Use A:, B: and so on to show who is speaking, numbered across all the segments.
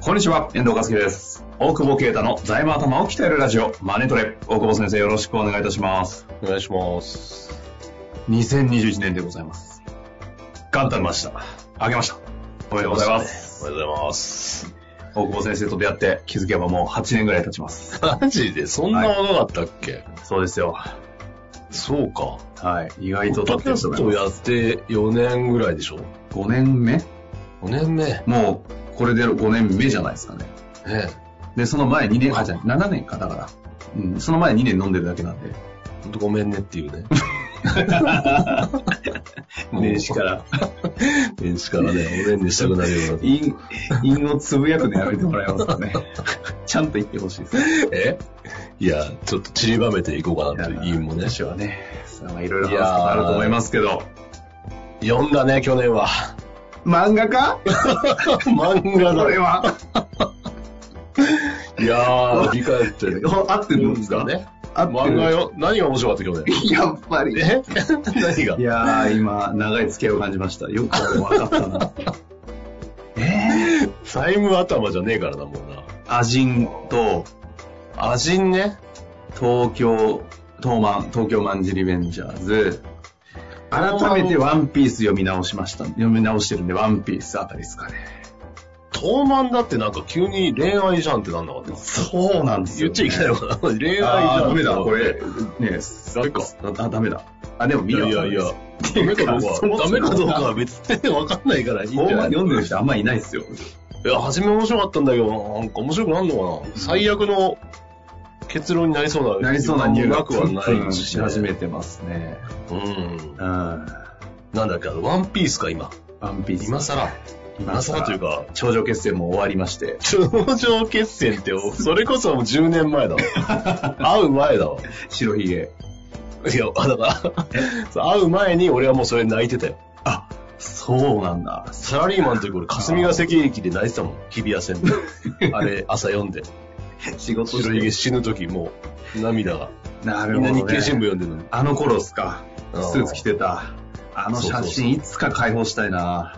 A: こんにちは、遠藤和樹です。大久保啓太の財務頭を鍛えるラジオ、マネトレ。大久保先生、よろしくお願いいたします。
B: お願いします。
A: 2021年でございます。元旦ました。明けました。おめでとうございます。
B: おはようございます。
A: 大久保先生と出会って気づけばもう8年ぐらい経ちます。
B: マジでそんな若かったっけ、
A: そうですよ。
B: そうか。
A: はい。意外
B: ポ
A: と
B: ッドキャストやって4年ぐらいでしょ
A: 5年目
B: ?5 年目。ね
A: もう、これで5年目じゃないですかね。
B: え
A: で、その前2年、あ、じゃあ7年か、だから。うん、その前2年飲んでるだけなん で。
B: ほんとごめんねってい うね。
A: 年始から。
B: 年始からね、おねんねしたくなるような。
A: 陰、陰をつぶやくのやめてもらえますかね。 ちゃんと言ってほしいですね。
B: えいや、ちょっと散りばめていこうかなという意味もね。
A: 私はね、まあいろいろ話すことあると思いますけど。
B: 読んだね、去 年は。
A: 漫画か
B: 漫画
A: こ
B: だ
A: れ
B: よ。
A: は。
B: いやー、振り返ってる。
A: ほ合ってるんですか
B: ね。
A: 合って
B: 漫画
A: る。
B: よ。何が面白かった去 年。
A: やっぱり。
B: え何が
A: いやー、今、長い付き合いを感じました。よく分かったな。えぇ、
B: 財務頭じゃねえからな、もうな。
A: アジンと、
B: アジンね。
A: 東京、東マン、東京マンジリベンジャーズ。改めてワンピース読み直しました。読み直してるんで、ワンピースあたりですかね。
B: 東漫だってなんか急に恋愛じゃんってなんなかった。
A: そうなんで
B: 言っちゃいけないのかな。恋愛じ
A: あ
B: ゃん。
A: ーダメだ、これ。。ね
B: ダメか。
A: あ、ダメだ。あ、でも
B: い
A: 見
B: や
A: よ
B: いやいや。ダメかどうか
A: そもそも
B: は、ダメかどうかは別にわかんないからいいんじ
A: 大
B: ゃ
A: 間
B: ない
A: 読んでる人あんまいないですよ。
B: いや、初め面白かったんだけど、なんか面白くなんのかな。最悪の結論になりそうな。
A: なりそうな入
B: な
A: 学
B: くはないし
A: し
B: ね。
A: 始めてますね。
B: うん
A: う。ん。ワ
B: なんだっけ、あのワンピースか、今。
A: ンピース。
B: 今更。今更というか、
A: 頂上決戦も終わりまして。
B: 頂上決戦って、それこそもう10年前だわ。会う前だわ。
A: 白ひげ。
B: いや、だから、そう会う前に俺はもうそれ泣いてたよ。
A: あ、そうなんだ。
B: サラリーマンの時俺、霞ヶ関駅で泣いてたもん。日比谷線で。あれ、朝読んで。
A: 仕事
B: 白ひげ死ぬ時もう、涙が。
A: な
B: み
A: る
B: ん
A: ほ
B: な
A: ど、
B: 日経
A: ね。
B: 新聞読んでるのに。
A: あの頃っすか。
B: うん
A: スーツ着てた。あの写
B: そうそうそう
A: 真いつか解放したいな。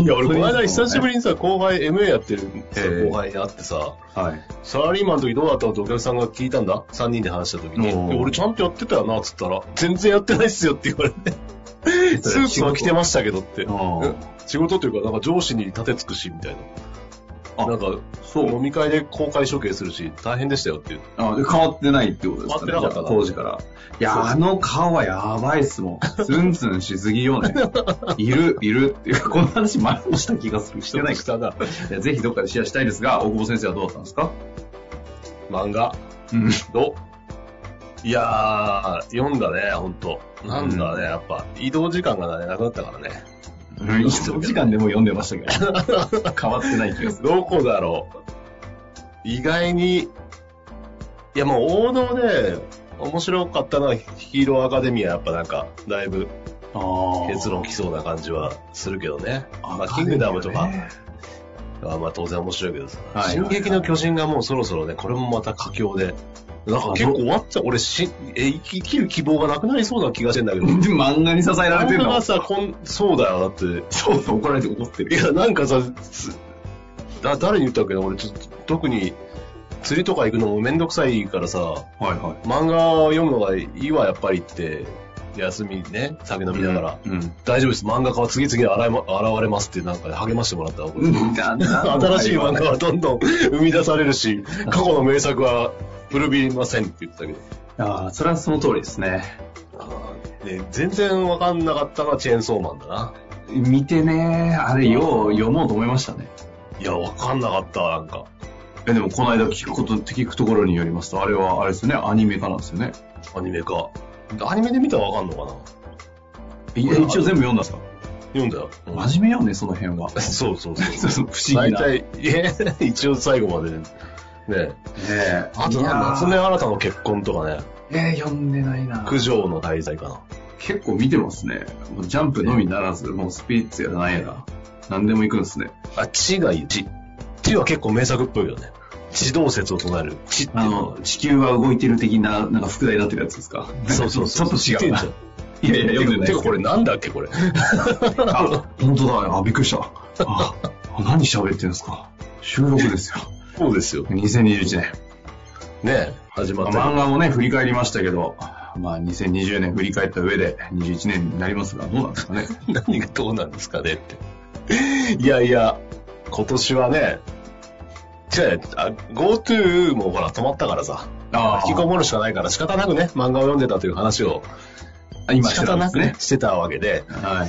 B: いや、俺、この間久しぶりにさ、後輩、MA やってるさ
A: ええ
B: 後輩に会ってさ、
A: はい。
B: サラリーマンの時どうだったのってお客さんが聞いたんだ。3人で話した時に。
A: おー
B: で俺ちゃんとやってたよな、っつったら、全然やってないっすよって言われて。スーツは着てましたけどって。
A: うん
B: 仕事というか、なんか上司に立てつくし、みたいな。
A: あ
B: なんか、
A: そう
B: 飲み会で公開処刑するし、大変でしたよっていう。
A: あ変わってないってことですかね。
B: 変わってなかったな
A: じゃあ当時から。い
B: そう
A: や、あの顔はやばいっすもん。ツンツンしすぎよね。いる、いるっていうか、この話前もした気がする。してないか
B: 下だ。
A: いやぜひどっかでシェアしたいですが、大久保先生はどうだったんですか
B: 漫画。
A: うん。
B: どいやー、読んだね、ほんと。なんだね、やっぱ、移動時間がねなくなったからね。
A: 一時間でも読んでましたけど。変わってない気がする。
B: どこだろう。意外に、いやもう王道で、面白かったのはヒーローアカデミアやっぱなんか、だいぶ
A: あ
B: 結論きそうな感じはするけどね。まあ、
A: あ
B: キングダムとか、
A: ね
B: あまあ当然面白いけどさ、
A: はい
B: 進撃の巨人がもうそろそろね、これもまた佳境で、なんか結構終わっちゃう。俺しえ生き生きる希望がなくなりそうな気がしてんだけど。
A: 漫画に支えられて
B: 漫
A: る
B: 画
A: の
B: がさ、こん、そうだよ、だって。
A: そうそう、怒られて怒って
B: い
A: る。
B: や、なんかさ、つだ誰に言ったっけな、俺、ちょっと、特に、釣りとか行くのもめんどくさいからさ、
A: はいはい。
B: 漫画を読むのがいいわ、やっぱりって、休みね、酒飲みながら、
A: うん。
B: 大丈夫です、漫画家は次々現れま現れますって、なんか励ましてもらったわ、これ 新
A: 新
B: しい漫画はどんどん生み出されるし、過去の名作は古びませんって言ってたけど。
A: ああ、それはその通りですね。
B: で全然わかんなかったのはチェーンソーマンだな。
A: 見てね、あれ、よう読もうと思いましたね。
B: いや、わかんなかった、なんか。
A: え、でもこの間聞くこと、聞くところによりますと、あれは、あれですよね、アニメ化なんですよね。
B: アニメか。アニメで見たらわかんのかな
A: いや一応全部読んだんですか
B: 読んだよ。うん
A: 真面目よね、その辺は。
B: そうそうそう。
A: そう そう不思議な。
B: 大体、いや 一応最後までね。ね
A: ええ
B: あと
A: いやー
B: なんだ夏目新たの結婚とかね、
A: えー、読んでないな。
B: 九条の滞在かな。
A: 結構見てますね。もうジャンプのみならず、もうスピリッツやらないやな。何でも行くんですね。
B: あ、地がいい。地。地は結構名作っぽいよね。地動説を唱える。地ってい
A: あ
B: うの
A: の、地球は動いてる的な、なんか副題になってるやつですか。
B: そうそうそう。
A: ちょっと違うな。
B: い
A: い
B: や
A: や
B: い
A: い
B: や、
A: や
B: 読
A: 読ん
B: んで
A: で
B: な。
A: ないい
B: てかこれなんだっけ、 これ。
A: あ、本当だ。あ、びっくりした。あ、何喋ってるんですか。収録ですよ。
B: そうですよ。
A: 2021年。
B: ね始ま
A: ま
B: っ
A: あ
B: た
A: 漫
B: け
A: 画もね、振り返りましたけど、まあ2020年振り返った上で21年になりますが、どうなんですかね。
B: ど。何がどうなんですかねって。いやいや、今年はね、じゃあ、GoTo もほら止まったからさ、
A: あ
B: 引きこもるしかないから仕方なくね、漫画を読んでたという話を
A: あ今
B: 仕
A: してた
B: 方
A: んで
B: な
A: す
B: くね
A: ね、。
B: してたわけで、
A: はいは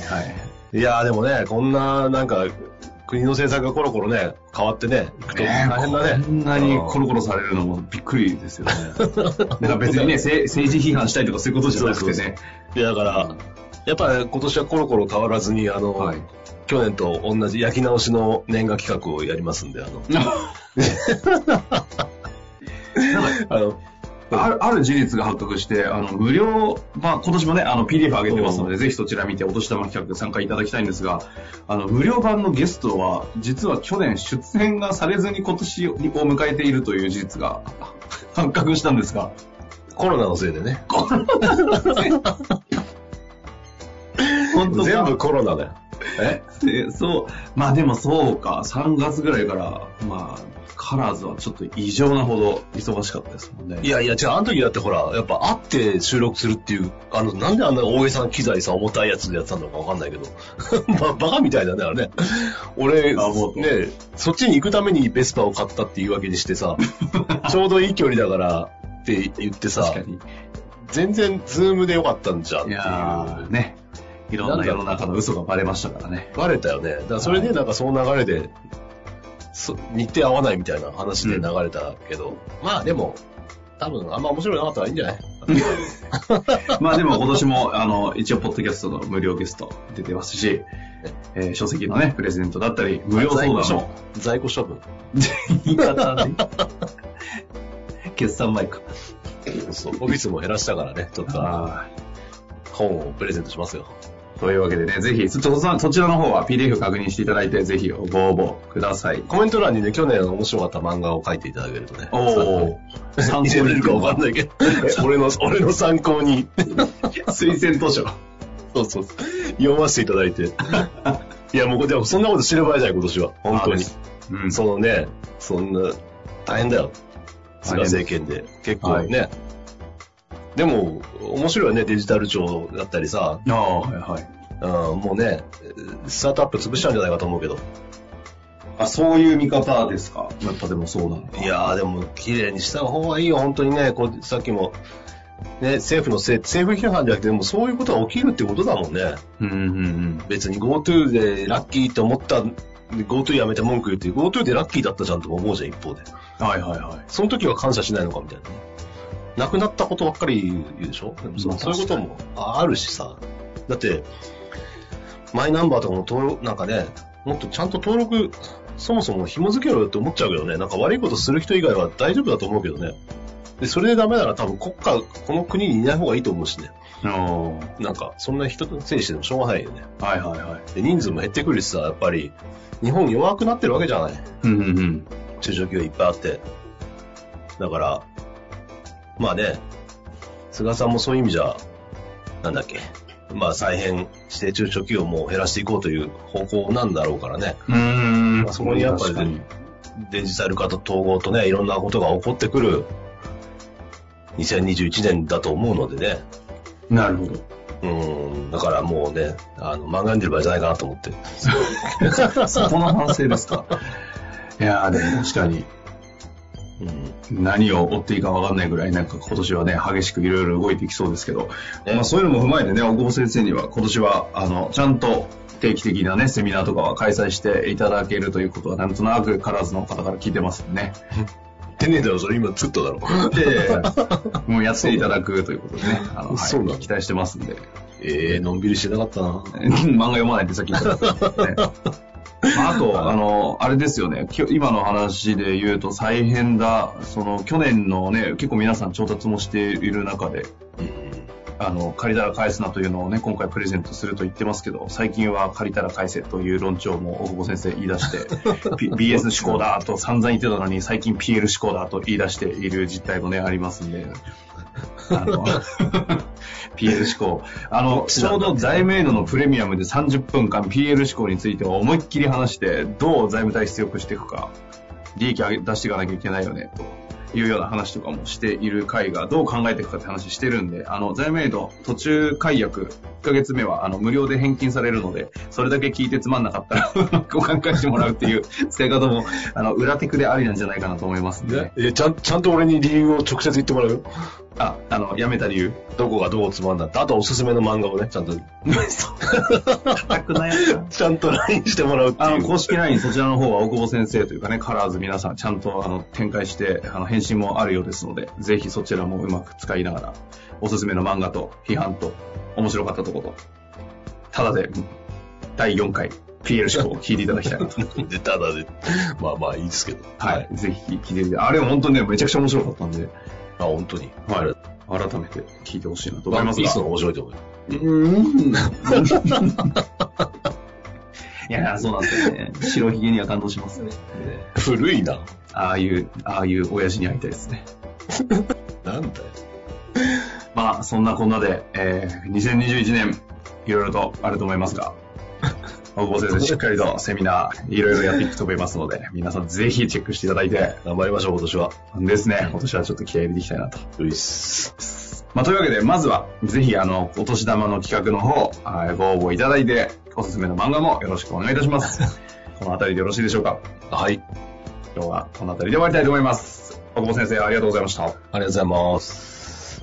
A: い。
B: いやーでもね、こんな、なんか、国の政策がコロコロね、変わってね、いくと
A: ねえ
B: 大変だね。
A: こんなにコロコロされるのもびっくりですよね。なんか別に ね、せ政治批判したいとかそういうことじゃなくてね。
B: いやだから、やっぱ今年はコロコロ変わらずに、あの、
A: はい
B: 去年と同じ焼き直しの年賀企画をやりますんで、あの、
A: なんか
B: あの、
A: あるある事実が発覚して、あの無料、まあ、今年もね、あの PDF 上げてますの
B: う
A: で、ぜひそちら見て、お年玉企画参加いただきたいんですが、あの無料版のゲストは、実は去年、出演がされずに今年を迎えているという事実が 発覚したんですが、
B: コロナのせいでね。
A: 本当
B: 全部コロナだよ。え
A: でそう、まあでもそうか、3月ぐらいから、まあ、カラーズはちょっと異常なほど忙しかったですもんね。
B: いやいや、じゃあ、あの時だってほら、やっぱ会って収録するっていう、あの、なんであんな大げさな機材さ、重たいやつでやってたのかわかんないけど、 ばバカみたいだね、あれね。俺、
A: あもうと
B: ね、そっちに行くためにベスパを買ったって言い訳にして さ、ちょうどいい距離だからって言ってさ
A: 確、かに。
B: 全然ズームでよかったんじゃんっ
A: い
B: てい
A: やー
B: う。
A: ね、いろんな世の中の嘘がバレましたからね。
B: バレたよね。だからそれでなんかその流れで、そ日程合わないみたいな話で流れたけど、まあでも、多分あんま面白くなかったらいいんじゃない
A: まあでも今年も、あの、一応、ポッドキャストの無料ゲスト出てますし、えー書籍のね、プレゼントだったり、無料相談の
B: 在庫処分。
A: 言い方ね。決算マイク。
B: そう、オフィスも減らしたからね、ちょっとあの
A: あ
B: 本をプレゼントしますよ。
A: ーというわけでね、ぜひ、そそそちらの方は PDF 確認していただいて、ぜひご応募ください。
B: コメント欄にね、去年面白かった漫画を書いていただけるとね。
A: おお、参
B: 入
A: 考
B: れれ
A: に
B: るかわかんないけど、俺の、俺の参考に、
A: 推薦図書。
B: そうそう、読ませていただい て。いや、もう、でもそんなこと知ればいいじゃない、今年は。本当に。
A: うん、
B: そのね、そんな、大変だよ。菅政権で。結構ね。でも、面白いよね、デジタル庁だったりさ、
A: ああ、はいはい。
B: うん、もうね、スタートアップ潰しちゃうんじゃないかと思うけど。
A: あ、そういう見方ですかやっぱでもそうなのか。
B: いやーでも綺麗にした方がいいよ、本当にね、こうさっきも、ね、政府のせい、政府批判じゃなくて、でもそういうことが起きるってことだもんね。
A: うんうんうん。
B: 別に GoTo でラッキーって思った、GoTo やめて文句言って、GoTo でラッキーだったじゃんとか思うじゃん、一方で。
A: はいはいはい。
B: その時は感謝しないのかみたいなね。亡くなったことばっかり言うでしょでもそ,、
A: まあ
B: そういうこともああるしさ。だって、マイナンバーとかも登録、なんかね、もっとちゃんと登録、そもそも紐付けろよって思っちゃうけどね、なんか悪いことする人以外は大丈夫だと思うけどね。で、それでダメなら多分国家、この国にいない方がいいと思うしね。
A: お
B: なんか、そんな人のせいにしてもしょうがないよね。
A: はいはいはい。
B: で、人数も減ってくるしさ、やっぱり、日本弱くなってるわけじゃない。
A: うんうんうん。
B: 中小企業いっぱいあって。だから、まあね、菅さんもそういう意味じゃ、なんだっけ、まあ再編して中小企業も減らしていこうという方向なんだろうからね、
A: うー
B: まあそこにやっぱ
A: 確
B: り
A: かに
B: デジタル化と統合とね、いろんなことが起こってくる2021年だと思うのでね、
A: なるほど。
B: うん、だからもうね、あの、漫画読んでる場合じゃないかなと思 って。
A: そこの反省です か。いやーでも確かに
B: うん
A: 何を追っていいか分かんないぐらいなんか今年はね激しくいろいろ動いていきそうですけど、
B: ね
A: まあそういうのも踏まえてね大久保先生には今年はあのちゃんと定期的なねセミナーとかは開催していただけるということはなんとなくカラーズの方から聞いてますんでね。
B: てねえだろ、それ今ずっとだろ。
A: で、もうやっていただくということでね、あの、はい
B: そうなの
A: 期待してますんで。
B: ええのんびりしてなかったな。
A: 漫画読まないってさっき言ったんですけどね。まあ、あと、あの、あれですよね。きょ今の話で言うと、再編だ。その、去年のね、結構皆さん調達もしている中で、あの、借りたら返すなというのをね、今回プレゼントすると言ってますけど、最近は借りたら返せという論調も大久保先生言い出して、P- BS 思考だと散々言ってたのに、最近 PL 思考だと言い出している実態もね、ありますんで、あの、PL 思考。あの、ちょうど財務エイドのプレミアムで30分間 PL 思考については思いっきり話して、どう財務体質良くしていくか、利益上げ出していかなきゃいけないよね、というような話とかもしている回が、どう考えていくかって話してるんで、あの、財務エイド途中解約、1ヶ月目はあの無料で返金されるので、それだけ聞いてつまんなかったら ご考えしてもらうっていう使い方も、あの、裏テクでありなんじゃないかなと思いますんで、
B: ね、えちゃん、ちゃんと俺に理由を直接言ってもらうよ。
A: あ、あの、やめた理由。
B: どこがどうつまんだって。あとおすすめの漫画をね、ちゃんと、
A: 全くないや
B: ちゃんと LINE してもらうって
A: あ
B: い
A: の、
B: う。
A: 公式 LINE そちらの方は大久保先生というかね、カラーズ皆さんちゃんとあの展開して、あの、返信もあるようですので、ぜひそちらもうまく使いながら、おすすめの漫画と批判と、面白かったところと、ただで、第4回、PL 思考を聞いていただきたいなと。
B: で、ただで、まあまあいいですけど。
A: はい。ぜひ聞いてみて、あれも本当にね、めちゃくちゃ面白かったんで、
B: あ、本当に。
A: はい。改めて聞いてほしいなと思
B: ワ
A: い
B: ン
A: ます
B: ピー
A: が
B: スの。方が面白いと思うよ。
A: うーん。 いや、そうなんですよね。白ひげには感動しますね。
B: 古いな。
A: ああいう、ああいう親父に会いたいですね。
B: なんだよ。
A: まあ、そんなこんなで、えー、2021年、いろいろとあると思います が、大久保先生、しっかりとセミナー、いろいろやっていくと思いますので、皆さんぜひチェックしていただいて、
B: 頑張りましょう、今年は。
A: ですね、今年はちょっと気合い入れていきたいなと。
B: ういっす。
A: まあ、というわけで、まずは、ぜひ、あの、お年玉の企画の方、あーご応募いただいて、おすすめの漫画もよろしくお願いいたし ます。このあたりでよろしいでしょうか。
B: はい。
A: 今日はこのあたりで終わりたいと思います。大久保先生、ありがとうございました。
B: ありがとうございます。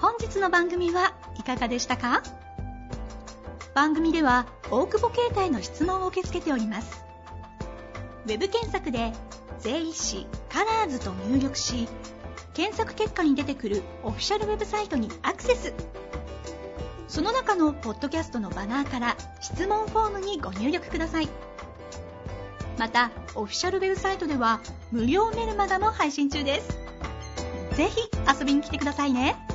C: 本日の番組はいかがでしたか番組では大久保携帯の質問を受け付けておりますウェブ検索で「税理士カラーズと入力し検索結果に出てくるオフィシャルウェブサイトにアクセスその中のポッドキャストのバナーから質問フォームにご入力くださいまたオフィシャルウェブサイトでは無料メルマガも配信中ですぜひ遊びに来てくださいね